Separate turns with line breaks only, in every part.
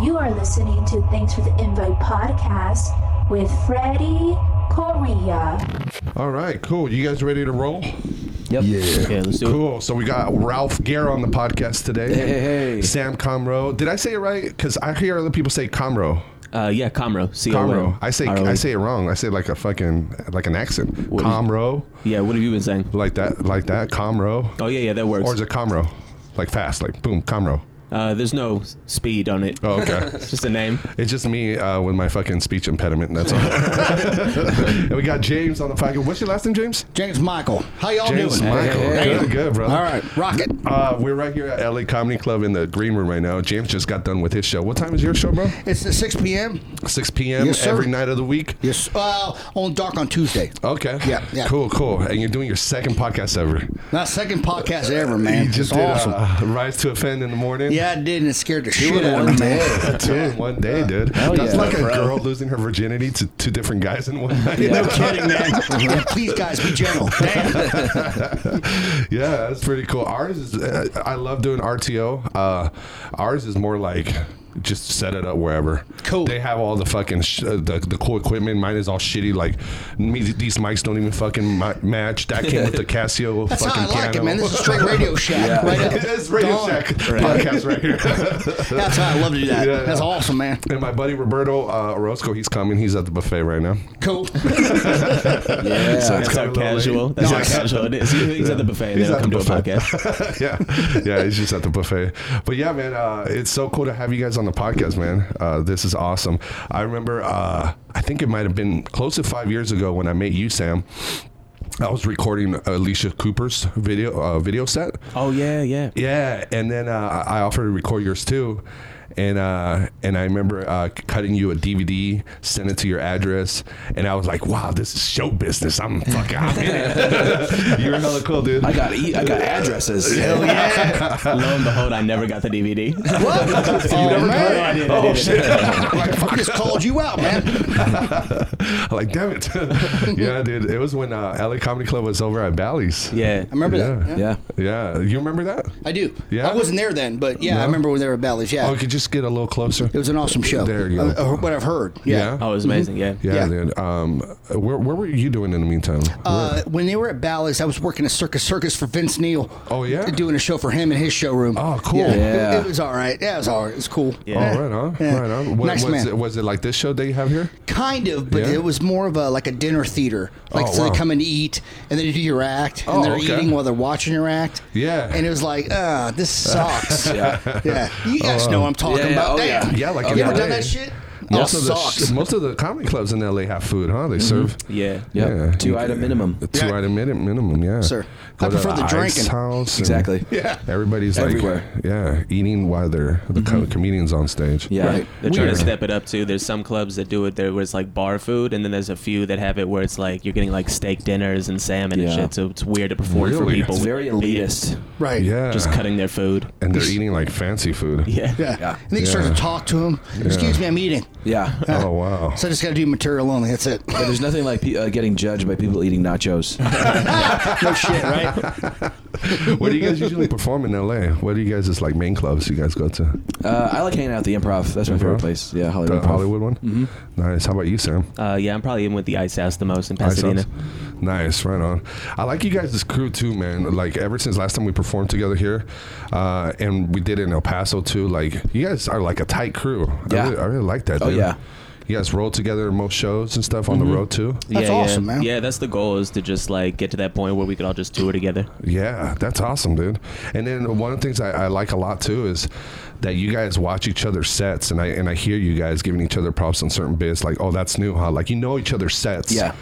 You are listening to Thanks for the Invite podcast with Freddie Correa.
All right, cool. You guys ready to roll?
Yep.
Yeah.
Okay, let's do it.
Cool. So we got Ralph Gare on the podcast today.
Hey, hey.
Sam Comro. Did I say it right? Because I hear other people say Comro.
Uh, yeah, Comro. C O M.
Comro. I say
R O E.
I say it wrong. I say it like a fucking like an accent.
What do you-
Comro.
Yeah, what have you been saying?
Like that. Like that. Comro.
Oh yeah, yeah, that works.
Or is it Comro? Like fast. Like boom. Comro.
uh, there's no s- speed on it.
Oh, okay.
It's just a name.
It's just me uh, with my fucking speech impediment. That's all. and we got James on the podcast. What's your last name, James?
James Michael. How y'all
James
doing?
Michael.
Hey, hey, hey.
Good, good, bro.
All right, rocket.
Uh, we're right here at LA Comedy Club in the green room right now. James just got done with his show. What time is your show, bro?
It's at 6 p.m.
6 p.m.
Yes, sir.
every night of the week.
Yes. Well, Uh, on dark on Tuesday.
Okay.
Yeah, yeah.
Cool, cool. And you're doing your second podcast ever.
My second podcast ever, man.
you
It's
just did
awesome.
uh, Rise to Offend in the morning.
yeah, I did, and it scared the
in
shit out of
one
me.
Yeah, Two in one day, dude. That's
yeah,
like a
bro.
girl losing her virginity to two different guys in one night.
No kidding, man. Yeah, please, guys, be gentle. Damn.
yeah, that's pretty cool. Ours is, uh, I love doing RTO. Uh, ours is more like just set it up wherever.
Cool.
They have all the fucking sh- uh, the, the cool equipment. Mine is all shitty. Like me, these mics don't even fucking mi- match. That came with the Casio
That's
fucking
how I like
piano.
it, man. This is straight Radio Shack. Right up.
it's Radio
Dog.
Shack podcast right here.
That's how I love to do that.
Yeah.
That's awesome, man.
and my buddy Roberto uh, Orozco, he's coming. He's at the buffet right now.
Cool.
Yeah,
So it's
that's how
kinda low
casual.
lane.
That's
Nice.
how casual it is. He- He's at the buffet. They
He's
don't
at
come
the
to a
buffet.
podcast.
yeah, yeah, he's just at the buffet. But yeah, man, uh, it's so cool to have you guys on the podcast, man. Uh, this is awesome. I remember, uh, I think it might have been close to five years ago when I met you, Sam. I was recording Alicia Cooper's video uh, video set.
Oh yeah, yeah.
Yeah, and then uh, I offered to record yours too, and uh, and I remember uh, cutting you a DVD, sent it to your address, and I was like, "Wow, this is show business. I'm fucking. I'm in it." you were hella cool, dude.
I got e- I got addresses. Hell yeah.
Lo and behold, I never got the DVD.
What? Oh,
No, I
man.
didn't. I didn't.
I just called you out, man.
like, damn it. yeah, dude. It was when uh, LA Comedy Club was over at Bally's.
Yeah.
I remember
Yeah.
that. Yeah.
Yeah.
Yeah, you remember that?
I do.
Yeah?
I wasn't there then, but yeah,
No?
I remember when they were at Bally's. Yeah.
Oh, you could just get a little closer.
It was an awesome show.
There you go.
Uh, uh, what I've heard. Yeah.
Oh, it was amazing. Yeah.
Yeah,
Yeah.
dude. Um, where, where were you doing in the meantime?
Uh, when they were at Bally's, I was working at Circus Circus for Vince Neil.
Oh, yeah?
doing a show for him in his showroom.
Oh, cool.
Yeah, it-
Yeah.
It, was all right. Yeah, it was all right. It was cool.
Yeah.
Oh, right on,
Yeah.
right on. What,
Nice
was,
man.
It, was it like this show that you have here?
Kind of, but
Yeah?
it was more of a like a dinner theater. Like
Oh,
so
wow.
they come and eat, and then you do your act, and
Oh,
they're
okay.
eating while they're watching your act.
Yeah.
And it was like, ah, this sucks.
Yeah.
yeah, you guys know what I'm talking
Yeah,
about.
oh,
Damn.
yeah.
Yeah, like
Oh,
in
You ever
LA.
done that shit?
Most
oh,
of the
sucks.
most of the comedy clubs in LA have food, huh?
Mm-hmm.
They serve.
Yeah.
Yep.
Yeah.
Two item minimum.
The two
Yeah.
item minute minimum, yeah.
Sir, I prefer the
Ice
drinking.
House and
Exactly.
Yeah.
Everybody's like,
Everywhere.
yeah, eating while they're the co-
Mm-hmm.
comedians on stage.
Yeah.
Right.
They're trying
Weird.
to step it up too. There's some clubs that do it there where it's like bar food, and then there's a few that have it where it's like you're getting like steak dinners and salmon and
Yeah.
shit. So it's weird to perform for
Really?
people.
It's
with-
very elitist.
Right.
Yeah.
Just cutting their food.
And they're eating like fancy food.
Yeah.
Yeah.
Yeah.
And then you start
Uh-huh. Yeah.
to talk to him. Excuse me, I'm eating.
Yeah.
Oh wow.
So I just got to do material only. That's it.
But there's nothing like pe- uh, getting judged by people eating nachos.
no shit, right?
what do you guys usually perform in LA? What do you guys just like main clubs you guys go to?
Uh, I like hanging out at the improv. That's my favorite
Improv?
place. Yeah,
The
Hollywood. Improv.
Hollywood one? Nice. How about you, Sam?
Uh, yeah, I'm probably in with the Ice House the most in
Ice
Pasadena.
House? Nice, right on. I like you guys' crew too, man. Like ever since last time we performed together here, uh, and we did it in El Paso too. Like you guys are like a tight crew. I
Yeah.
really, I really like that.
Oh,
dude.
yeah.
You guys roll together in most shows and stuff on the road too.
That's
yeah,
awesome,
yeah.
man.
Yeah, that's the goal is to just like get to that point where we could all just tour together.
Yeah, that's awesome, dude. And then one of the things I, I like a lot too is that you guys watch each other's sets, and I and I hear you guys giving each other props on certain bits. Like, oh, that's new, huh? Like you know each other's sets,
Yeah.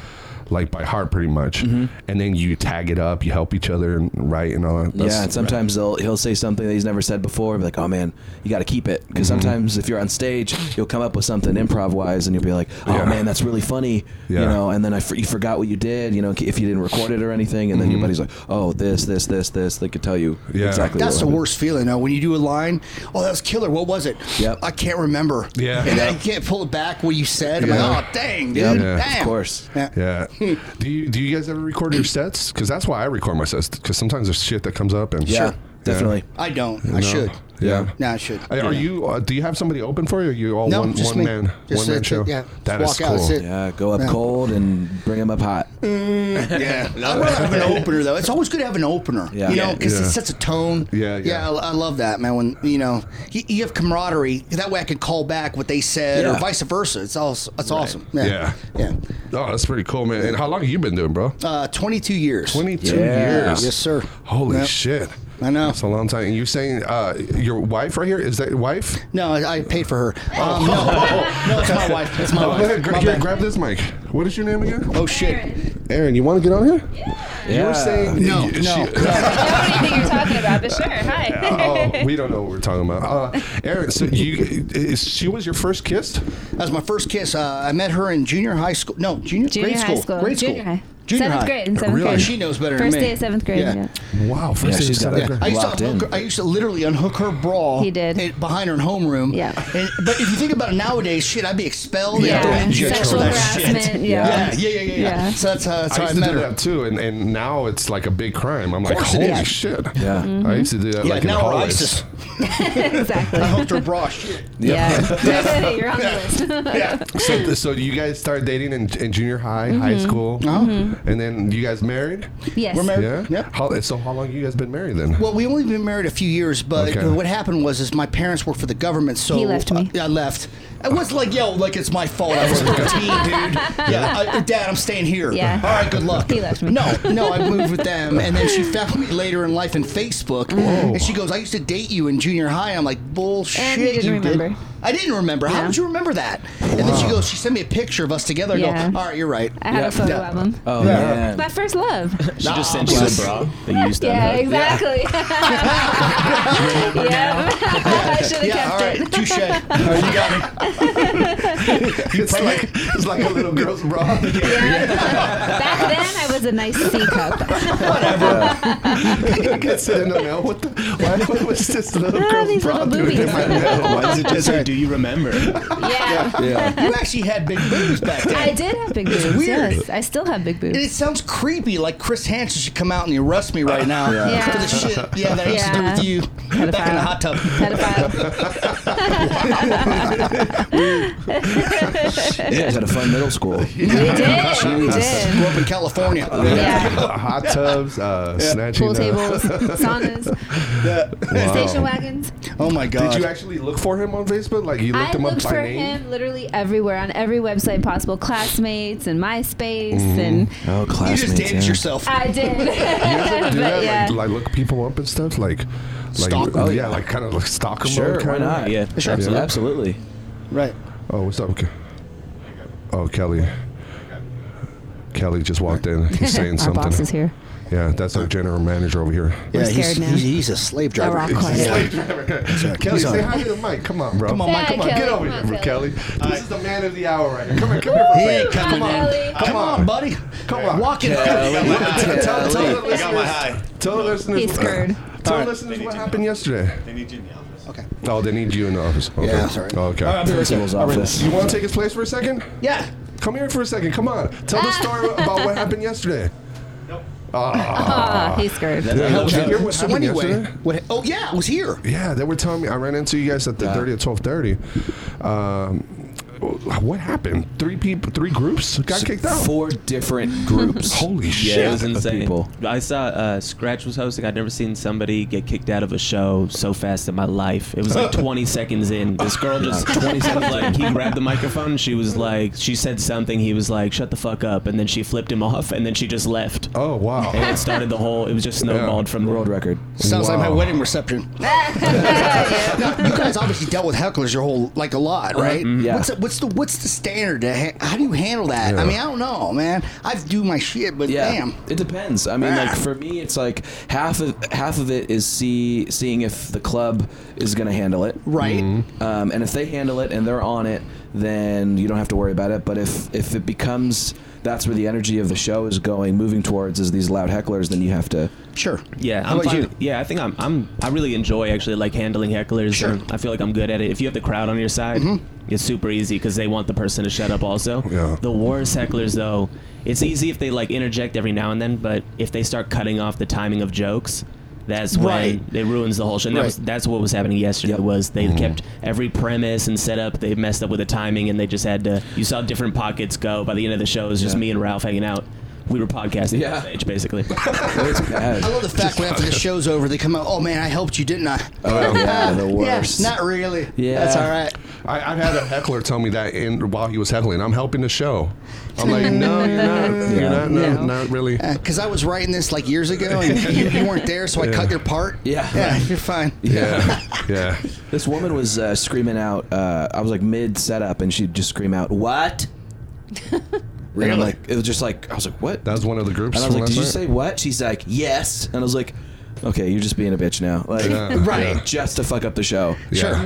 like by heart pretty much. And then you tag it up, you help each other and write and all that.
yeah, and sometimes they'll he'll say something that he's never said before. and Be like, oh man, you got to keep it because sometimes if you're on stage, you'll come up with something improv wise, and you'll be like, oh
Yeah.
man, that's really funny,
Yeah.
you know. And then I for, you forgot what you did, you know, if you didn't record it or anything, and then your buddy's like, oh this, this, this, this. They could tell you
Yeah.
exactly.
That's
what
the
happened.
worst feeling, though. When you do a line, oh, that was killer. What was it?
Yep.
I can't remember.
Yeah.
And then you can't pull it back what you said. I'm
Yeah.
like, oh, dang, dude.
Yeah,
Yeah.
Damn.
of course.
Yeah.
Yeah. do you do you guys ever record your sets? Because that's why I record my sets. Because sometimes there's shit that comes up and
Yeah. Sure. Definitely.
I don't. I
No.
should.
Yeah.
No, I should.
Are- Are you? Uh, do you have somebody open for you? Or are you all
No,
one,
just
one
me.
man,
Just
one man
that's
show?
it, yeah.
That is
Just walk out,
cool.
that's it.
Yeah, go up cold and bring them up hot.
Yeah, I want to have an opener though. It's always good to have an opener.
Yeah.
you know,
Yeah.
because
Yeah.
it sets a tone.
Yeah, yeah.
I, I love that man. When you know you, you have camaraderie, that way I can call back what they said,
Yeah.
or vice versa. It's all it's awesome.
Yeah.
Yeah, yeah.
Oh, that's pretty cool, man. And how long have you been doing, bro?
Uh, Twenty-two years.
Twenty-two
Yeah.
years.
Yes, sir.
Holy
Yeah.
shit.
I know.
That's a long time. And you're saying uh, your wife right here is that your wife?
No, I, I paid for her. Um, no, no, it's my wife. It's my
Oh, go
wife.
ahead, gra-
My
here,
bad.
grab this mic. What is your name again?
Oh shit.
Aaron, you want to get on here?
Yeah.
You're saying
No,
you-
no.
she-
I don't know anything you're talking about, but sure. Hi.
oh, we don't know what we're talking about. Uh, Aaron, so you, is, she was your first kiss?
That was my first kiss. Uh, I met her in junior high school. No, junior,
Junior
grade
high
school.
school.
Grade school.
Junior high.
Junior
seventh
high. Oh,
grade. In seventh
Really?
grade.
She knows better than
First
me.
day of seventh grade.
Yeah.
Yeah.
Wow, first
Yeah,
day
she's
of
got
seventh
that-
I
grade.
used,
Locked
to
in.
unhook, I used to literally unhook her bra.
He did.
and- behind her in homeroom.
Yeah.
And, but if you think about it nowadays, shit, I'd be expelled. and
Yeah.
thrown in jail
Sexual
for that shit.
harassment. Yeah.
Yeah, yeah, yeah, yeah, yeah.
Yeah.
So that's, uh, that's
I
how I,
used to
met
do
her.
that too, and, and now it's like a big crime. I'm like,
course it
holy
is.
shit!
Yeah.
I used to do that
Yeah,
like in the
now we're
hallways.
ISIS.
Exactly.
I hooked her bra. Shit.
Yeah. You're on the list.
So, so you guys started dating in, in junior high, high
Mm-hmm.
school,
Oh.
and then you guys married.
yes.
We're married.
Yeah.
Yep.
How, so how long you guys been married then?
Well, we only been married a few years, but
Okay.
what happened was is my parents worked for the government, so
He left me.
I, I left. I was like, yo, like it's my fault. I was 13, dude. Yeah, I, uh, Dad, I'm staying here.
Yeah.
All right, good luck.
He left me.
No, no, I moved with them, and then she found me later in life in Facebook, and she goes, I used to date you in junior high. I'm like, bullshit.
And you didn't
you did."
remember.
I didn't remember. How
Yeah.
would you remember that? And then she goes, she sent me a picture of us together. I
Yeah.
go, all right, you're right.
I had
Yeah.
a photo
Yeah. Uh,
album.
Oh
Yeah.
man.
My first love.
She just
Nah,
sent you
bless
a bra that you used to
yeah,
unhook.
exactly. yeah. I should have
yeah, all
kept
right,
it.
touche. you got me.
it's like it's like a little girl's bra.
Back then, I was a nice C cup. Ah,
I guess I don't know what the why what was this little
Ah,
girl's
these
bra
little
doing in
boobies.
my middle?
Why is it just like, do you remember?
Yeah.
Yeah.
You actually had big boobs back then.
I did have big boobs.
weird.
Yes, I still have big
And
boobs.
it sounds creepy, like Chris Hansen should come out and arrest me right now
Yeah.
for the shit. Yeah, that I used to do
Yeah.
with you back in the
Pedophile.
hot tub.
Pedophile.
You guys had a fun middle school.
We did. We
Grew
did.
up in California.
Yeah.
Hot tubs, uh, snatching.
Pool
uh,
tables, saunas,
wow.
station wagons.
Oh my god.
Did you actually look for him on Facebook? Like you looked
I
him
looked
up by
for
name?
him literally everywhere on every website possible, classmates and MySpace,
Mm-hmm.
and
Oh,
You
classmates.
just dated
yeah.
yourself.
I did.
You ever do
But
that?
yeah.
Like, like look people up and stuff, like, like
Stalk 'em?
oh, yeah, like kind of like stalk 'em
Sure,
mode,
why
kinda?
not?
Yeah.
Sure, absolutely. absolutely.
Right.
Oh, what's up? Okay. Oh, Kelly. Kelly just walked in. He's saying
Our
something.
boss is here.
Yeah, that's our general manager over here.
Yeah, he's,
scared now.
he's, he's a slave driver.
rock hard.
Yeah.
Kelly,
He's
say
on.
hi to the mic. Come on, bro.
Come on, Mike.
Hey,
Come on.
Kelly.
Get
Get
up.
over
Come
here,
on,
Kelly. This is the man of the hour right here. Come here, come here, for a
Hey,
second.
come on.
Kelly.
Come on, buddy.
Come on.
Walk it
Tell,
up.
tell, tell the
I got my
listeners-
high.
tell the listeners.
He's scared.
Tell the
Alright.
listeners what happened yesterday.
They need you in the office.
Okay.
Oh, they need you in the office. Okay. Oh,
Yeah, sorry.
Okay.
Principal's office.
You want to take his place for a second?
Yeah.
Come here for a second. Come on. Tell the story about what happened yesterday.
Ah, he's scared.
Did you hear what
So
happened
anyway,
yesterday?
what? Oh yeah, I was here.
Yeah, they were telling me. I ran into you guys at the thirty at twelve thirty. Um, what happened? Three people, three groups got kicked out.
Four different groups.
Holy
Yeah,
shit!
it was
of
insane.
people.
I saw uh, Scratch was hosting. I'd never seen somebody get kicked out of a show so fast in my life. It was like 20 seconds in. This girl just 20 seconds like he grabbed the microphone. She was like, she said something. He was like, shut the fuck up, and then she flipped him off, and then she just left.
Oh wow!
And it started the whole. It was just snowballed from
World record.
Sounds like my
Wow.
wedding reception. now, you guys obviously dealt with hecklers your whole like a lot, right?
Uh-huh. Mm-hmm. yeah.
What's the, what's the what's the standard? To ha- how do you handle that?
Yeah.
I mean, I don't know, man. I do my shit, but
Yeah,
damn.
it depends. I mean,
Yeah.
like for me, it's like half of half of it is see seeing if the club is gonna handle it,
Right.
Um, and if they handle it and they're on it, then you don't have to worry about it. But if if it becomes that's where the energy of the show is going, moving towards is these loud hecklers, then you have to.
Sure.
Yeah,
How
I'm
about
fine-
you?
Yeah, I think I'm. I'm. I really enjoy actually like handling hecklers.
Sure. Mm-hmm.
and I feel like I'm good at it. If you have the crowd on your side, it's super easy because they want the person to shut up. Also,
Yeah.
the worst hecklers though, it's easy if they like interject every now and then, but if they start cutting off the timing of jokes. that's when
Right.
it ruins the whole show. And that was,
Right. Mm-hmm.
that's what was happening yesterday.
Yep.
Was they kept every premise and setup. They messed up with the timing, and they just had to. You saw different pockets go. By the end of the show, it was just
Yeah.
me and Ralph hanging out. We were podcasting
Yeah.
on stage, basically.
It's
I
bad.
love the fact when after the show's over, they come out. Oh man, I helped you, didn't I?
Oh, yeah, the
Yeah,
worst.
not really.
Yeah.
that's all right.
I, I've had a heckler tell me that in, while he was heckling. I'm helping the show. I'm like, no, you're not. You're not. No,
No.
not really.
Because Uh, I was writing this like years ago, and you, you weren't there, so I cut your part.
Yeah.
yeah, you're fine.
Yeah, yeah.
This woman was uh, screaming out. Uh, I was like mid setup, and she'd just scream out, "What?" And I'm like, it was just like I was like, "What?"
That was one of the groups.
and I was
from
like, "Did you
last
say
night.
what?" She's like, "Yes." And I was like, "Okay, you're just being a bitch now, like,
Yeah, yeah.
Just to fuck up the show."
Yeah.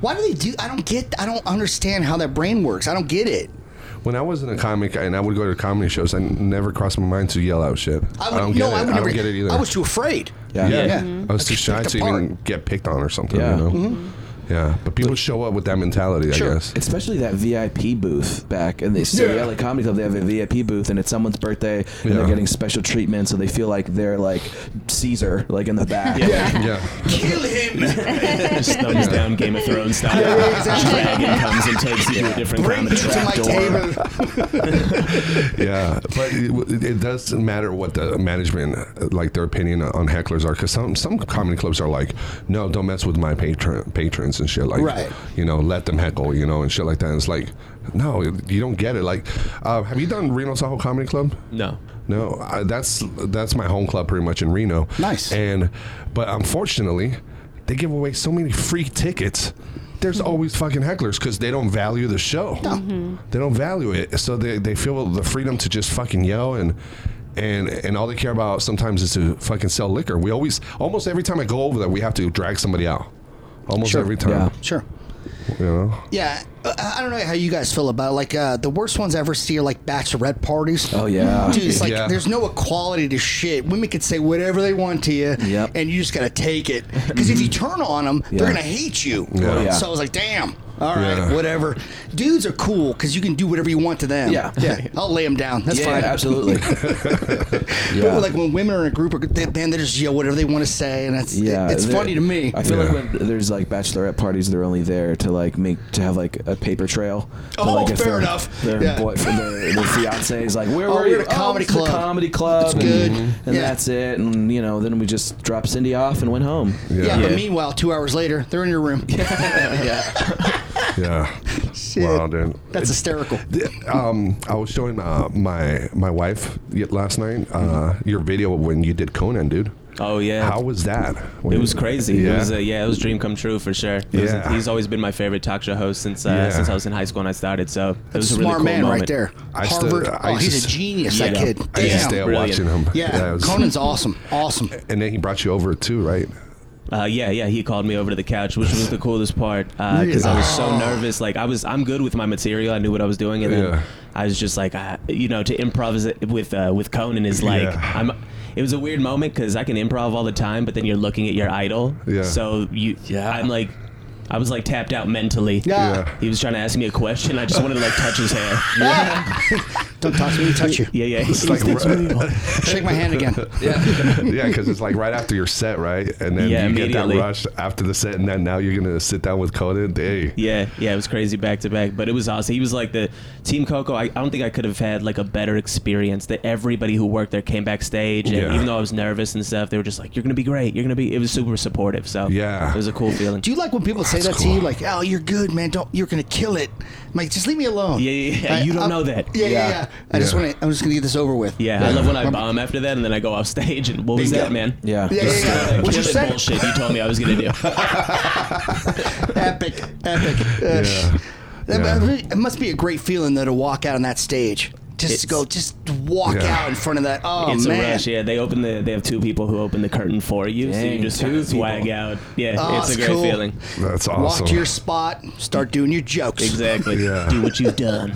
Why do they do? I don't get. I don't understand how that brain works. I don't get it.
When I wasn't a comic and I would go to comedy shows, I never crossed my mind to yell out shit. I,
would,
don't get
no,
it.
I, would never,
don't get it either.
I was too afraid.
Yeah.
yeah.
Yeah.
I was too
Mm-hmm.
shy
Like, picked
to
apart. Mm-hmm.
even get picked on or something.
Yeah.
You know? Yeah. But people show up with that mentality, I
Sure.
guess.
Especially that VIP booth back in the, so the LA Comedy Club, they have a VIP booth and it's someone's birthday and
Yeah.
they're getting special treatment, so they feel like they're like Caesar, like in the back. yeah.
yeah.
Kill him.
just thumbs down Game of Thrones style.
Yeah, exactly.
Dragon comes and takes you to a different
Bring
comedy
him to
trap
my
door.
table.
yeah, but it, it doesn't matter what the management, like their opinion on hecklers are, because some some comedy clubs are like, no, don't mess with my patron patrons and shit, like,
Right.
you know, let them heckle, you know, and shit like that. And it's like, no, you don't get it. Like, uh, have you done Reno Tahoe Comedy Club?
No.
No, I, that's that's my home club pretty much in Reno.
Nice.
And but unfortunately, they give away so many free tickets. There's
Mm-hmm.
always fucking hecklers because they don't value the show. They don't value it, so they, they feel the freedom to just fucking yell and. And, and all they care about sometimes is to fucking sell liquor. We always, almost every time I go over there, we have to drag somebody out. Almost every
Yeah.
time.
Sure.
You know?
Yeah, uh, I don't know how you guys feel about it. like uh, the worst ones I ever see are like bachelorette parties.
Oh, yeah.
dude, it's like
Yeah.
there's no equality to shit. Women could say whatever they want to you,
Yep.
and you just gotta take it. Because if you turn on them,
Yeah.
they're gonna hate you.
Oh, yeah.
So I was like, damn. All right,
Yeah.
whatever. Dudes are cool because you can do whatever you want to them.
Yeah.
yeah. I'll lay them down. That's
Yeah,
fine.
absolutely.
But like when women are in a group, or they, man, they just yell whatever they want to say, and it's
yeah,
it's
they're-
funny to me.
I feel
Yeah.
like when there's like bachelorette parties, they're only there to like make to have like a paper trail. To,
Oh,
like,
fair
their-
enough.
Their
Yeah.
boyfriend, their, their fiance is like, where
Oh,
were
we're
you?
at a comedy
oh, it's the
club.
comedy club.
It's
and,
good. Mm-hmm.
And
Yeah.
that's it. And you know, then we just dropped Cindy off and went home.
yeah,
Yeah.
but meanwhile, two hours later, they're in your room.
yeah.
Shit.
Wow, dude.
That's hysterical.
um, I was showing uh, my my wife y- last night uh, your video when you did Conan, dude.
Oh Mm-hmm. yeah.
How was that?
It was crazy.
Yeah.
It was a, yeah, it was a dream come true for sure. It was-
Yeah.
he's always been my favorite talk show host since uh,
Yeah.
since I was in high school and I started. So it was a really
Smart
cool
man
moment.
right there.
I used to-
Harvard.
I
oh,
used
he's
to-
a genius, that
Yeah.
kid.
I used to stay
Damn.
up
Brilliant.
watching him.
Yeah,
it was-
Conan's awesome. Awesome.
And then he brought you over too, right?
Uh, yeah, yeah, he called me over to the couch, which was the coolest part because I was so nervous. Like I was, I'm good with my material. I knew what I was doing, and then
Yeah.
I was just like, uh, you know, to improvise it with uh, with Conan is like,
Yeah.
I'm. It was a weird moment because I can improv all the time, but then you're looking at your idol.
Yeah.
So you,
Yeah.
I'm like, I was like tapped out mentally.
Yeah.
Yeah.
He was trying to ask me a question. I just wanted to like touch his hair.
Don't touch me. Touch you.
Yeah, yeah. He's
like-
Shake my hand again.
yeah, because it's like right after your set, right? And then
Yeah,
you get that
immediately.
rush after the set, and then now you're gonna sit down with Conan. Hey,
Yeah, yeah, it was crazy back to back, but it was awesome. He was like the Team Coco. I, I don't think I could have had like a better experience. That everybody who worked there came backstage, and
Yeah.
even though I was nervous and stuff, they were just like, "You're gonna be great. You're gonna be." It was super supportive. So
Yeah.
it was a cool feeling.
Do you like when people say
That's
that to you?
cool.
Like, oh, you're good, man. Don't. You're gonna kill it. I'm like, just leave me alone.
Yeah, yeah, yeah. You don't
I'm-
know that.
Yeah, yeah,
Yeah.
yeah. I just
Yeah.
want to. I'm just gonna get this over with.
yeah, I love when I bomb after that, and then I go off stage, and what was
Bingo.
that, man?
Yeah.
Yeah, yeah, yeah.
What
What's your second?
bullshit you told me I was gonna do?
Epic, epic. Uh,
yeah,
that-
Yeah.
that really- It must be a great feeling though to walk out on that stage. Just to
It's-
go, just walk
Yeah.
out in front of that. Oh
it's
man,
a rush. Yeah, they open the. They have two people who open the curtain for you, so you
Dang,
just
two
kind of swag
people.
out. Yeah,
Oh,
it's a
it's
great
cool.
feeling.
that's awesome.
walk to your spot, start doing your jokes.
Exactly.
Yeah.
Do what you've done.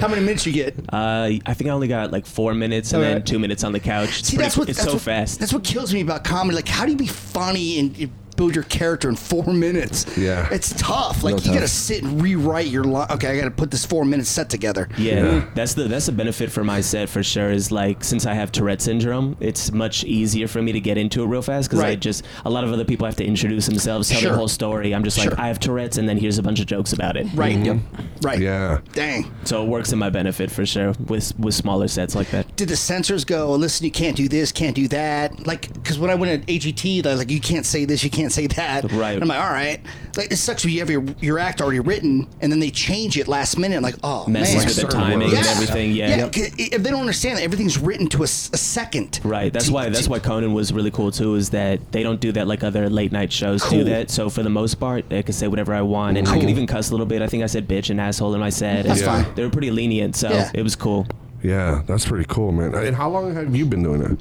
How many minutes you get?
Uh, I think I only got like four minutes and then
Alright.
two minutes on the couch. It's,
Oh, See,
pretty-
that's what
it's
that's
so
what-
fast.
That's what kills me about comedy. Like, how do you be funny and, and build your character in four minutes.
Yeah.
it's tough. Like
Real
you gotta
tough.
sit and rewrite your line. Okay, I gotta put this four minute set together.
Yeah,
Yeah.
that's the that's the benefit for my set for sure. Is like since I have Tourette syndrome, it's much easier for me to get into it real fast because I
Right.
just a lot of other people have to introduce themselves, tell
Sure.
their whole story. I'm just like
Sure.
I have Tourette's, and then here's a bunch of jokes about it.
Right. Yep. Right.
Mm-hmm. Yeah.
Dang.
So it works in my benefit for sure with with smaller sets like that.
Did the censors go? "Oh, Listen, you can't do this, can't do that. Like, because when I went at AGT, I was like, you can't say this, you can't say that.
Right.
And I'm like, all right. Like, it sucks when you have your your act already written, and then they change it last minute. like, oh
Messes
man.
with the
Certain
timing and
words.
everything. Yeah.
Yeah, 'cause i- if they don't understand that everything's written to a, s- a second.
Right. That's
To-
why that's
to-
why Conan was really cool too, is that they don't do that like other late night shows
Cool.
do that. So for the most part, I could say whatever I want and I
Cool.
could even cuss a little bit. I think I said bitch and asshole in my set. and
That's Yeah. fine.
They were pretty lenient, so
Yeah.
it was cool.
Yeah, that's pretty cool, man. And how long have you been doing it?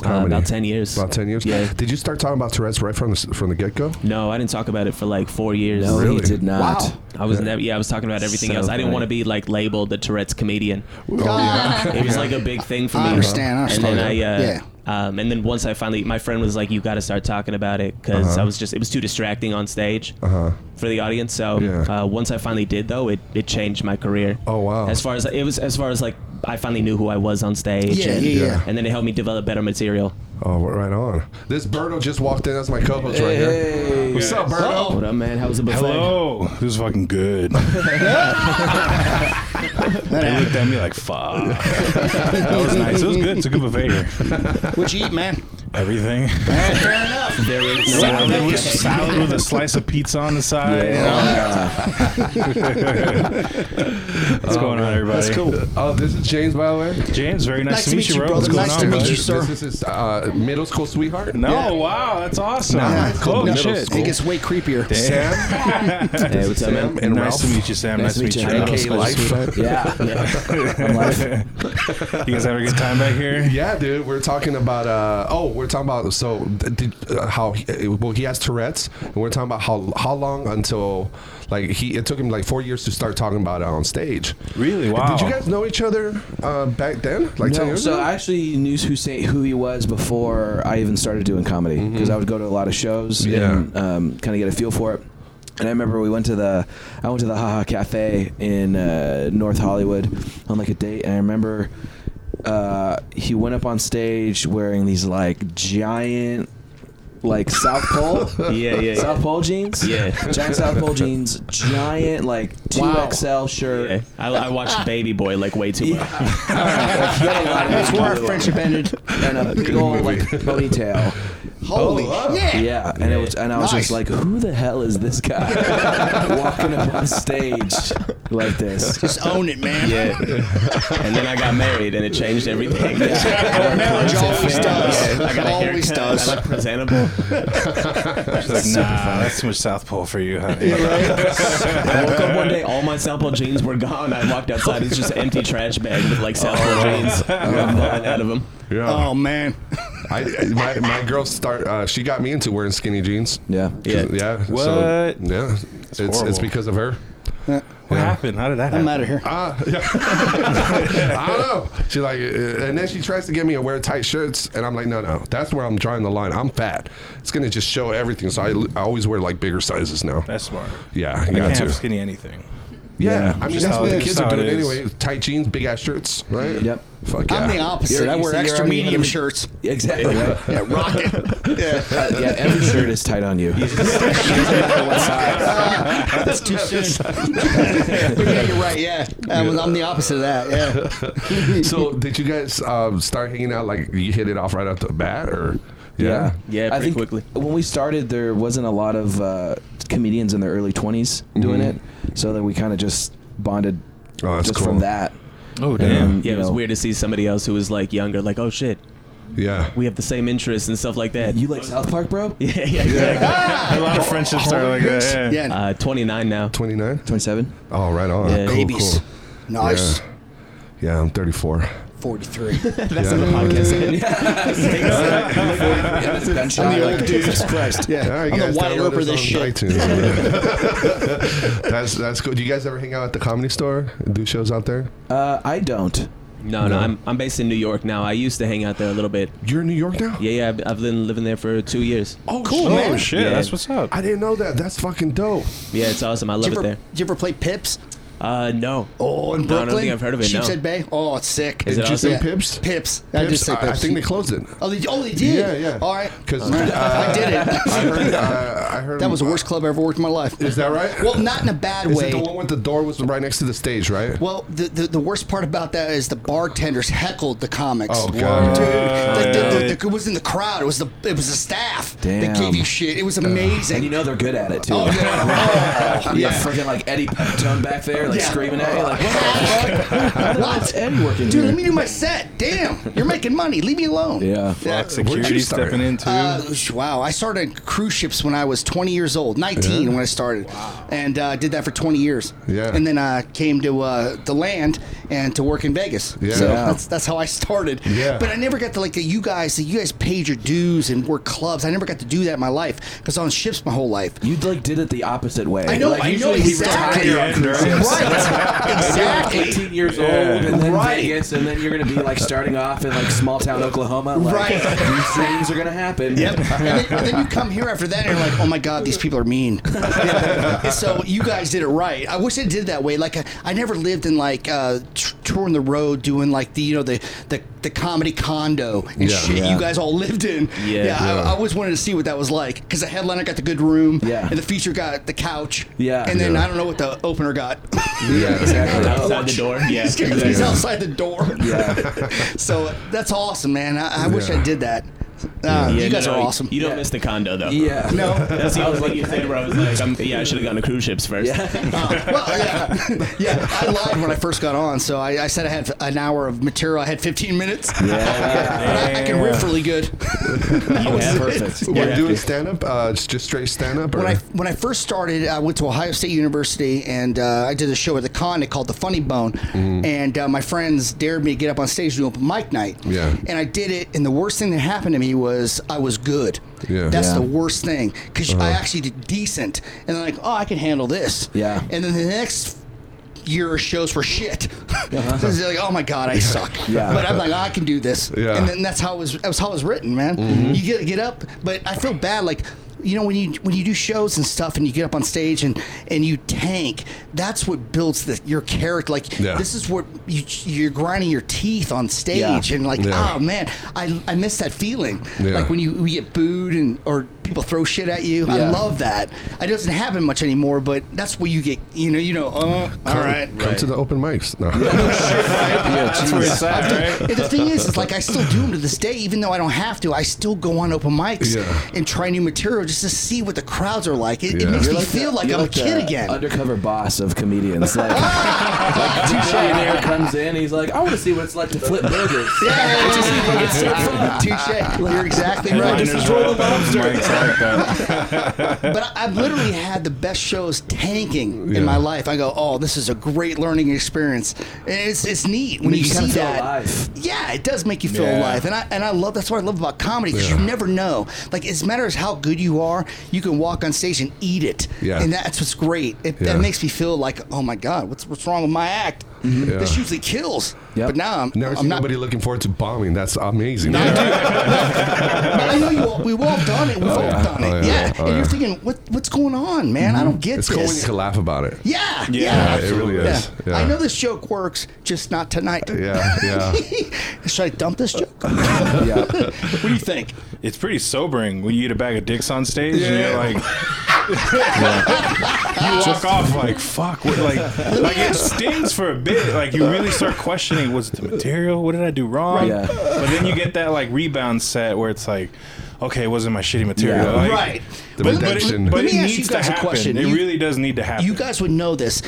Uh,
Comedy?
about ten years.
About ten years.
Yeah.
Did you start talking about Tourette's right from the s- from the get go?
No, I didn't talk about it for like four years.
No,
Really?
he did not.
Wow.
I was never. Yeah, I was talking about everything
So
else. I didn't
funny.
want to be like labeled the Tourette's comedian.
yeah.
It was like a big thing for me.
I understand, I
And
understand.
then I, uh,
Yeah.
um, and then once I finally, my friend was like, "You got to start talking about it," because
Uh-huh.
I was just, it was too distracting on stage for the audience. So
Yeah.
uh, once I finally did, though, it, it changed my career.
Oh, wow.
As far as it was, as far as like, I finally knew who I was on stage.
Yeah,
and,
yeah, yeah.
And then it helped me develop better material.
Oh, right on. This Berto just walked in. That's my co-host right here. What's up,
Oh.
Berto?
What up, man? How was the buffet?
Hello. This is fucking good. Oh. they looked at me like, fuck. that was nice. It was good. It's a good buffet here.
What'd you eat, man?
Everything.
Fair enough.
There is
Salad with, salad with a slice of pizza on the side. What's going on, everybody?
That's cool.
Oh, this is James, by the way.
James, very nice, to meet you, bro.
brother.
What's going
Nice
on,
to meet
brother?
you, sir.
This is his uh, middle school sweetheart.
No, wow, that's awesome.
Nah, it's called
Holy
middle
shit.
school.
It gets way creepier.
Sam,
Hey, what's up, man?
Sam and
nice
Ralph.
to meet you, Sam. Nice, to meet you.
AKA
Middle
Life.
school Yeah. I'm like,
You guys have a good time back here?
Yeah, dude, we're talking about. Uh, oh, we're talking about. So, did, uh, how? He, well, he has Tourette's, and we're talking about how how long until like he it took him like four years to start talking about it on stage.
Really? Wow.
Did you guys know each other uh, back then? Like ten
no,
years
so
ago?
I actually knew who say, who he was before I even started doing comedy because I would go to a lot of shows
Yeah.
and um, kind of get a feel for it. And I remember we went to the I went to the Haha Cafe in uh, North Hollywood on like a date, and I remember uh, he went up on stage wearing these like giant like South Pole
Yeah, yeah,
South
yeah.
Pole jeans
Yeah.
giant South Pole jeans giant like two XL shirt
Yeah. I, I
Ah.
watched Baby Boy like way too much.
That's where our friendship ended.
and a big old like ponytail.
Oh,
Holy Oh, yeah.
Yeah, and it was, and I was
Nice.
just like, who the hell is this guy walking up on stage like this?
Just own it, man.
Yeah. and then I got married, and it changed everything. Yeah.
Marriage always does.
I got a
Always
haircut.
does.
I look presentable.
She's like, nah, that's too much South Pole for you, honey.
I woke up one day, all my South Pole jeans were gone. I walked outside, it's just an empty trash bag with like South Pole jeans.
Uh-huh.
I'm blown out of them.
yeah.
Oh man.
I, I- my my girl start. Uh, she got me into wearing skinny jeans.
Yeah.
Yeah.
Yeah. What?
What?
yeah. It's, it's
horrible.
because of her.
What happened? How did that
I'm
happen?
out of here.
Ah, yeah. I don't know. She like, uh, and then she tries to get me to wear tight shirts, and I'm like, no, no, that's where I'm drawing the line. I'm fat. It's gonna just show everything. So I, I always wear like bigger sizes now.
That's smart.
yeah, you
I
got
can't
to.
have skinny anything.
yeah, I mean
Just
that's
how
what
it
the
is.
kids
How
are
it
doing
is.
anyway. Tight jeans, big ass shirts, right?
Yep.
Fuck yeah.
I'm the opposite.
You're-
I
you
wear
see, you're
extra
already
medium
having-
shirts.
Exactly. Yeah.
Yeah, rock it.
Uh, yeah, every shirt is tight on you.
That's too soon. yeah, you're right. Yeah, I was- I'm the opposite of that. Yeah.
so did you guys um, start hanging out? Like you hit it off right off the bat, or
Yeah,
Yeah,
I
pretty
think
quickly.
when we started, there wasn't a lot of uh, comedians in their early 20s doing it, so then we kind of just bonded
Oh, that's
just
cool.
from that. Um,
Oh,
damn.
Yeah, it was
No.
weird to see somebody else who was like younger, like, oh shit,
yeah.
we have the same interests and stuff like that.
You like South Park, bro?
yeah, yeah, exactly.
A lot of friendships are like that. Yeah.
Ah! Yeah.
Uh, 29 now.
29.
27.
Oh, right on.
Yeah.
Cool,
Babies.
cool.
Nice.
Yeah. Yeah, I'm 34.
43.
Yeah.
That's how the podcast ended.
Yeah, that's gunshot, like, Jesus Christ.
All right,
I'm the
guys,
wide
download
open
us
this
on
shit.
iTunes. that's that's cool. Do you guys ever hang out at the comedy store? and Do shows out there?
Uh, I don't.
No, no, I'm, I'm based in New York now. I used to hang out there a little bit.
You're in New York now?
Yeah, yeah, I've, I've been living there for two years.
Oh,
Cool,
cool,
Oh,
man.
shit.
Yeah.
That's what's up.
I didn't know that. That's fucking dope.
Yeah, it's awesome. I
Did
love
you,
it
ever,
there.
did you ever play Pips?
Uh, no.
Oh, in
No, I
Brooklyn.
don't think I've heard of it, no.
Sheepshead Bay. Oh, it's sick.
Is it
Did you
awesome?
say Pips?
Pips. I
Pips?
just say Pips.
I, I think they closed it.
Oh, they, oh, they did.
Yeah, yeah.
All right.
'Cause,
I did it.
I heard. Uh, I heard
That was the
uh,
worst club I ever worked in my life.
Is that right?
Well, not in a bad
Is
way.
it the one with the door was right next to the stage, right?
Well, the, the the worst part about that is the bartenders heckled the comics.
Oh, God.
Dude,
Uh,
the- the- the-
What?
it was in the crowd. It was the it was the staff
Damn.
that gave you shit. It was
And you
amazing.
know they're good at it too.
Oh yeah. Oh,
yeah,
yeah.
freaking like Eddie Pepitone back there, like
Yeah.
screaming at you, like what?
What?
What's Eddie working
Dude, let
here?
me do my set. Damn, you're making money. Leave me alone.
Yeah.
Yeah.
Where'd you
Security
start?
stepping in too.
Uh, sh- wow, I started cruise ships when I was 20 years old, 19 when I started, and uh, did that for 20 years.
Yeah.
and then I came to uh, the land and to work in Vegas.
Yeah.
so
Yeah.
that's that's how I started.
Yeah.
but I never got to like you guys. You guys paid your dues and worked clubs. I never got to do that in my life because I was on ships my whole life.
You like did it the opposite way.
I know,
Like,
I know
usually
exactly.
we retire on cruise ships.
Right, exactly.
18 years old and then
Right.
Vegas, and then you're gonna be like starting off in like small town Oklahoma. Like,
Right.
These dreams are gonna happen.
Yep. and then, then you come here after that, and you're like, "Oh my God, these people are mean." Yeah. And so you guys did it right. I wish it did that way. Like I, I never lived in like uh, t- touring the road, doing like the you know the the, the comedy condo and
Yeah.
shit.
Yeah.
You guys all lived in.
Yeah.
I,
Yeah.
I always wanted to see what that was like because the headliner got the good room.
Yeah.
And the feature got the couch.
Yeah.
And then
Yeah.
I don't know what the opener got.
Yeah,
Exactly.
Outside the door. Yeah.
he's, he's outside the door.
Yeah.
So that's awesome, man. I, I wish I
Yeah.
did that. Uh,
Yeah,
you guys
no,
are
no,
awesome.
You don't
Yeah.
miss the condo though.
Yeah.
no.
That's the only thing you say where I was like, I'm, yeah, I should have gone to cruise ships first.
Yeah.
well,
Oh,
yeah, yeah. I lied when I first got on, so I, I said I had an hour of material. I had 15 minutes.
Yeah.
I, I can riff really good.
You have-
Perfect.
We're
Yeah.
doing stand up, uh, just just straight stand up, or
When I when I first started, I went to Ohio State University and uh, I did a show at the con called the Funny Bone,
Mm-hmm.
and uh, my friends dared me to get up on stage to do open mic night.
Yeah.
And I did it, and the worst thing that happened to me was I was good.
Yeah. Uh-huh.
That's
Yeah.
the worst thing because I actually did decent, and I'm like, oh, I can handle this.
Yeah.
And then the next year of shows were shit. So it's like, oh my god, I suck.
Uh-huh. Yeah.
But I'm like, I can do this.
Yeah.
And then that's how it was. That was how it was written, man.
Mm-hmm.
You get get up, but I feel bad. Like, you know, when you when you do shows and stuff, and you get up on stage and and you tank, that's what builds the, your character. Like,
Yeah.
this is what you you're grinding your teeth on stage,
Yeah.
and like,
Yeah.
oh man, I I miss that feeling.
Yeah.
Like when you we get booed and or people throw shit at you. I
Yeah.
love that. It doesn't happen much anymore, but that's where you get. You know, you know. Uh, all right.
come to the open mics. No.
That's where it's at, right?
And the thing is, is like I still do them to this day, even though I don't have to. I still go on open mics
Yeah.
and try new material just to see what the crowds are like. It,
Yeah.
it makes
You're
me feel like
You're
I'm
like
a kid
the
again.
Undercover boss of comedians. Like, like the millionaire comes in, he's like, I want to see what it's like to flip burgers.
Yeah, touche. You're exactly right.
Liners are up at open mics like that.
but I- I've literally had the best shows tanking
Yeah.
in my life. I go, oh, this is a great learning experience, and it's it's neat when you
Makes you
see
kinda feel
that.
alive.
Yeah, it does make you feel
Yeah.
alive, and I and I love that's what I love about comedy because
Yeah.
you never know. Like as matter as how good you are, you can walk on stage and eat it,
Yeah.
and that's what's great. It,
Yeah.
That makes me feel like, oh my god, what's what's wrong with my act?
Mm-hmm. Yeah.
This usually kills,
Yep.
but now I'm,
Never
I'm
seen
not.
nobody looking forward to bombing. That's amazing.
I know you all, we've all done it. We've all
yeah.
done
Oh,
it.
yeah.
yeah.
Oh,
and
yeah.
you're thinking, what what's going on, man? I don't get
It's
this.
cool when you can laugh about it.
Yeah, yeah,
Yeah, it really
Yeah.
is. Yeah.
I know this joke works, just not tonight.
Yeah, yeah.
Should I dump this joke?
yeah.
what do you think?
It's pretty sobering when you eat a bag of dicks on stage and
Yeah.
you're like, you walk off like fuck. What, like, like it stings for a bit. Like you really start questioning, was it the material? What did I do wrong?
Yeah.
But then you get that like rebound set where it's like, okay, it wasn't my shitty material.
Yeah.
Like,
right.
The
But let me-
redemption.
But
Let
it
me ask
needs
you
to
guys a
happen.
question.
It
You-
really does need to happen.
You guys would know this.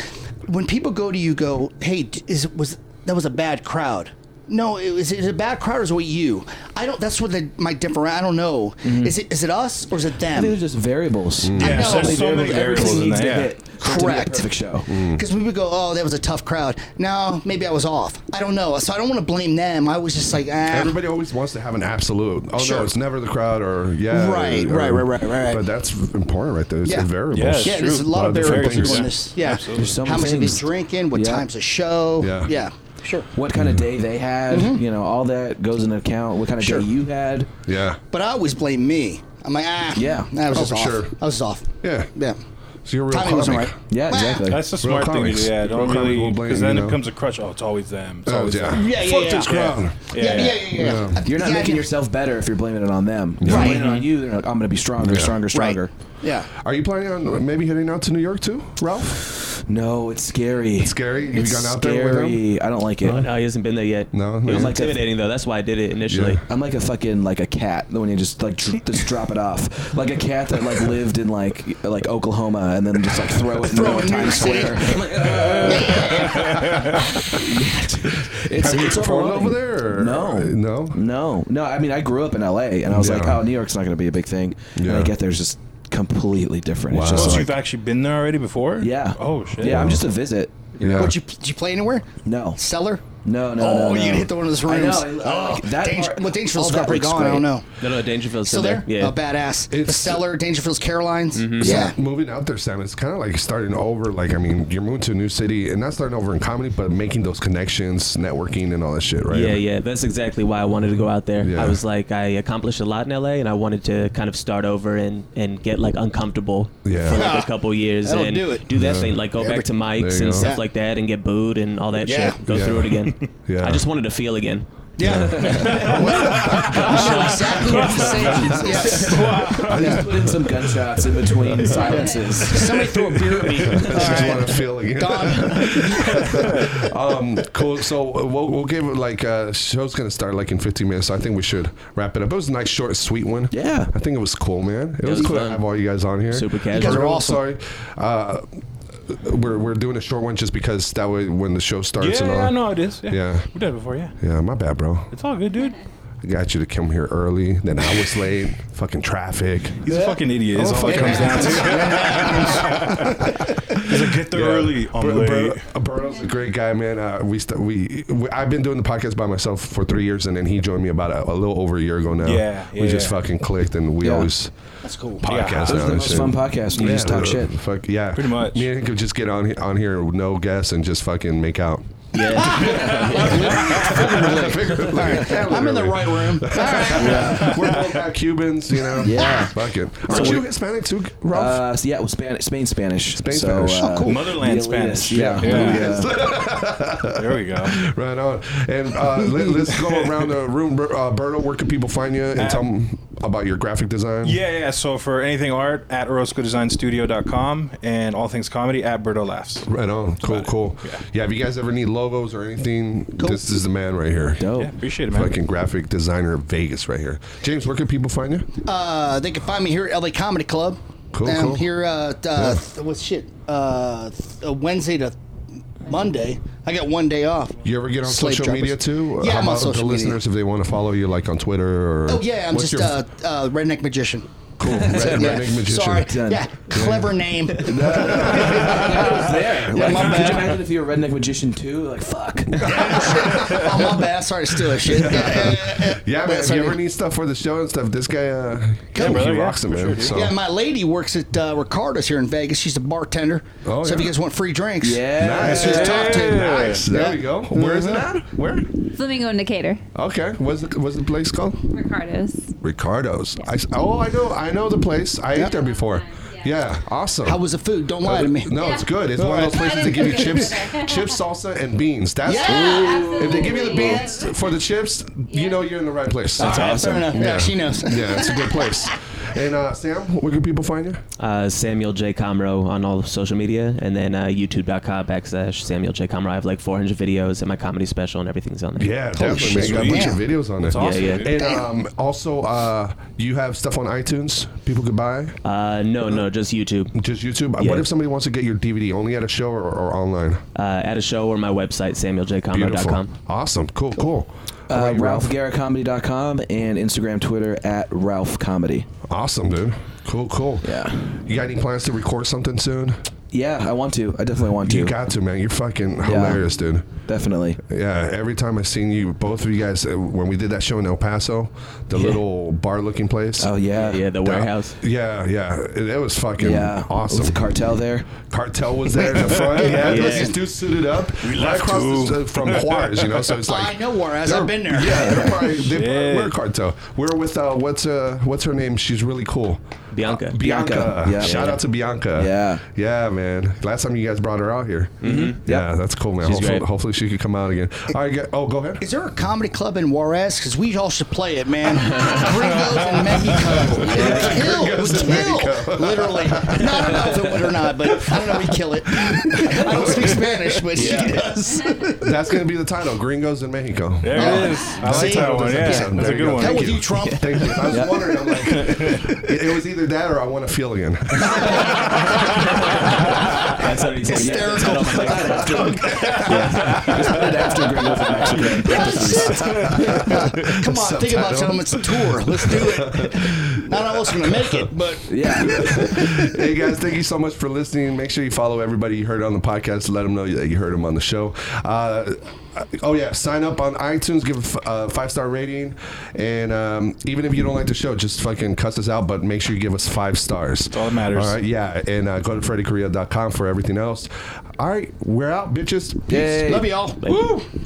When people go to you, go, "Hey, d- is was that was a bad crowd?" No, it was is it a bad crowd or is it you? I don't. That's what the, my different. I don't know.
Mm-hmm.
Is it is it us or is it
I think there's
them?
just variables.
I
yeah,
know.
there's so many
Everything
variables in
needs
that.
to
yeah.
hit to be a
Mm. Correct.
perfect show.
Because we would go, "Oh, that was a tough crowd." No, maybe I was off. I don't know. So I don't want to blame them. I was just like, ah.
Everybody always wants to have an absolute. Oh
Sure.
no, it's never the crowd, or yeah,
Right,
or-
right, right, right, right.
But that's important, right there. It's
Yeah.
a variable.
Yeah, it's
Yeah, there's a
true.
lot of
different
variables
things.
in this. Yeah,
There's so
how
many
much they've been
things.
drinking, what
Yeah.
time's the show.
Yeah.
Yeah. Sure.
what kind of day they had. You know, all that goes into account. What kind of
Mm-hmm. Sure.
day you had.
Yeah.
But I always blame me. I'm like, ah,
Yeah.
I was
Oh,
just
for
off.
sure.
I was just off.
Yeah.
Yeah,
So you're a real
timing wasn't
comic.
right.
Yeah,
Well,
exactly.
That's the
Real
smart thing to do.
comics.
Yeah,
Real
don't
comics
really
will blame
because then
you,
it
no?
becomes a crutch. Oh, it's always them. It's
Oh,
always
yeah.
them.
Yeah, yeah,
Fuck
yeah.
this crowd.
Yeah, yeah, yeah, yeah.
Yeah.
I-
You're not
yeah,
making
yeah.
yourself better if you're blaming it on them. If
Right.
You're blaming it on you. They're like, I'm going to be stronger,
Yeah.
stronger,
right.
stronger.
Yeah.
Are you planning on maybe heading out to New York too, Ralph?
No, it's scary. It's
scary? You've gone out there with
scary. I don't like it.
Oh, no, he hasn't been there yet.
No,
it
no.
was
Like
intimidating though. That's why I did it initially.
Yeah.
I'm like a fucking like a cat when you just like dr- just drop it off, like a cat that like lived in like like Oklahoma and then just like throw it in the middle of
New York
Times
City.
Square. I'm like, "Ugh." it's
Have you
it's
performed
overwhelming.
over there? or-
No,
No?
no, no. I mean, I grew up in L.A. and I was like,
Yeah.
oh, New York's not going to be a big thing. And
Yeah.
I get there's just completely different. It's
Wow.
just
So
Well,
like,
you've actually been there already before?
Uh, yeah.
Oh shit.
Yeah, I'm just a visit.
Yeah.
What you did you play anywhere?
No,
Cellar?
no, no.
oh,
no, no.
you hit the one of those rooms.
I know.
Oh,
Like, that
Danger,
part-
well, Dangerfield's
all that
probably
looks
gone. I
great.
don't know.
No, no, Dangerfield's
Still
still
there?
Yeah.
Oh, badass. the
It's-
Cellar, Dangerfield's Carolines.
Mm-hmm.
Yeah.
moving out there, Sam, it's kind of like starting over. Like, I mean, you're moving to a new city and not starting over in comedy, but making those connections, networking, and all that shit, right?
Yeah, yeah. That's exactly why I wanted to go out there.
Yeah.
I was like, I accomplished a lot in LA, and I wanted to kind of start over and, and get like uncomfortable
Yeah.
for like a couple years
That'll
and
do it.
that
Yeah.
thing, like go
Yeah,
back to
there
mics
you
and
go.
stuff
Yeah.
like that, and get booed and all that
Yeah.
shit. Go
Yeah.
through it again.
Yeah.
I just wanted to feel again.
Yeah. I know exactly what to say. Yeah.
I just put in some gunshots in between silences.
Somebody threw a beer at me.
I
All
just
right.
want to feel again.
Gone.
um, cool. So uh, we'll, we'll give it like uh, show's gonna start like in 15 minutes. So I think we should wrap it up. It was a nice, short, sweet one.
Yeah.
I think it was cool, man. It, was,
was
cool to
fun.
have all you guys on here.
Super casual. You
guys are
We're all
awesome.
Sorry. Uh, we're, we're doing a short one just because that way when the show starts
Yeah,
and all.
yeah, I know it is.
Yeah.
Yeah. We did it before, yeah.
Yeah, my bad, bro.
It's all good, dude.
I got you to come here early. Then I was late. Fucking traffic.
He's a fucking idiot. Is all it comes down to. He's like, get there early. I'm
Bur- Bur-
late.
Burrow's a great guy, man. Uh, we, st- we we I've been doing the podcast by myself for three years, and then he joined me about a, a little over a year ago now.
Yeah,
we
yeah,
just
yeah.
fucking clicked, and we
Yeah.
always
That's cool.
podcast.
This
now
is the
and
most
shit.
fun podcast. You just talk shit.
Fuck yeah,
Pretty much.
Me and him could just get on he- on here with no guests and just fucking make out.
Yeah.
Figuratively.
I'm in the right room. All right.
We're both half Cubans, you know.
Yeah.
fuck it. Aren't you Hispanic too, Ralph?
Uh, so yeah, well, Span- Spain Spanish.
Spain
so,
Spanish.
Uh,
Oh,
Motherland
the elitist,
Spanish.
Yeah.
Yeah. There we go.
Right on. And uh, let, let's go around the room. Bur- Uh, Berto, where can people find you and tell them about your graphic design?
Uh, Yeah, yeah. So for anything art, at orozcodesignstudio.com and all things comedy at Berto Laughs.
Right on. Cool,
about it.
cool. Yeah.
Yeah.
if you guys ever need logos or anything, this is the man right here.
Dope.
Yeah, appreciate it, man.
Fucking graphic designer of Vegas right here. James, where can people find you?
Uh, they can find me here at LA Comedy Club.
Cool,
I'm
cool.
here. Uh, th- uh, th- what shit? Uh, th- uh, Wednesday to Monday. I got one day off.
You ever get on
Slave
social
drivers.
media too?
Yeah,
How
I'm on
about
social
the
media.
listeners if they want to follow you, like on Twitter or.
Oh yeah, I'm
What's your-
just uh, uh, redneck magician.
cool. Red,
So, yeah.
Redneck magician.
Sorry.
Done.
Yeah, clever name. Oh,
I was there.
Yeah,
Like,
my
could
bad.
you imagine if you were a redneck magician too? Like, fuck.
oh my bad. Sorry to steal that shit. Yeah,
Yeah, man. If
sorry.
you ever need stuff for the show and stuff, this guy, uh, yeah,
brother,
he
yeah,
rocks it,
for
man.
sure, dude.
so.
Yeah, my lady works at uh, Ricardo's here in Vegas. She's a bartender.
Oh,
so if
yeah.
you guys want free drinks,
Yeah.
Nice.
just talk to him.
Nice. There we go. Where is it at? Where?
Flamingo Indicator.
Okay. What's the What's the place called?
Ricardo's.
Ricardo's. I s oh, I know. I know the place. I ate there before. Yeah. Awesome.
How was the food? Don't lie to me.
No, it's good. It's one of those places that give you chips, chips, salsa, and beans. That's
Yeah,
if they give you the beans for the chips, you know you're in the right place.
All right, Fair enough. Yeah,
Yeah.
she knows.
Yeah, it's a good place. And uh, Sam, where can people find you?
uh, Samuel J. Comro on all social media, and then uh, YouTube.com backslash Samuel J. Comro. I have like 400 videos and my comedy special, and everything's on there.
Yeah, definitely. Man.
shit.
You got a bunch of
Yeah.
videos on there.
awesome,
Yeah, yeah.
dude.
And um, also, uh, you have stuff on iTunes. People could buy
Uh, no, no, just YouTube.
just YouTube.
Yeah.
What if somebody wants to get your DVD only at a show or, or online?
uh, at a show or my website,
Beautiful.
samueljcomro.com.
Awesome. Cool. Cool. All
Uh,
right,
RalphGarrettComedy.com and Instagram, Twitter at Ralph Comedy.
Awesome, dude. Cool. Cool.
Yeah.
You got any plans to record something soon?
yeah, I want to. I definitely want to.
You got to, man. You're fucking hilarious, dude.
definitely.
Yeah, every time I've seen you, both of you guys, uh, when we did that show in El Paso, the little bar looking place.
Oh yeah.
Yeah, the
That-
warehouse.
Yeah, yeah. It, it was fucking
Yeah.
awesome.
With the cartel there.
Cartel was there in the front. Yeah,
Yeah.
these dudes suited up. We
left
across
too.
the, from Juarez, you know. So it's like
I know Juarez.
they're-
I've been there.
Yeah, they're probably, they
Shit.
probably were cartel. We were with uh, what's uh, what's her name? She's really cool.
Bianca.
Bianca.
Bianca. Yeah.
Shout
Yeah.
out to Bianca.
Yeah.
Yeah, man. Last time you guys brought her out here. Mm-hmm. Yeah, that's cool, man.
She's
Hopefully,
great.
hopefully she could come out again. All right. Get, oh, go ahead.
Is there a comedy club in Juarez? Because we all should play it, man. Gringos in Mexico. Yeah. Kill,
Gringos
We
in
kill.
Mexico.
Literally. Not know if it would or not, but I don't know. We kill it. I don't speak Spanish, but she does.
That's gonna be the title. Gringos in Mexico.
There it is. I like
See?
that one. Yeah,
There
that's a
you
good
go.
one.
Hell
Thank
with
you.
you, Trump.
Thank you. I was wondering. I'm like, it it was either that or I want to feel again.
That's already taken. Yeah, that's
Hysterical.
on my neck.
Come on, think
Subtitle.
about something. It's a tour. Let's do it. Not all of us going to make it, but
Yeah.
hey guys, thank you so much for listening. Make sure you follow everybody you heard on the podcast. Let them know that you heard them on the show. Uh, oh yeah, sign up on iTunes, give a f- uh, five star rating, and um, even if you don't like the show, just fucking cuss us out. But make sure you give us five stars. That's
all that matters.
All right, yeah, and uh, go to freddykorea.com for everything else. All right, we're out, bitches. Peace.
Yay.
love y'all.
Woo!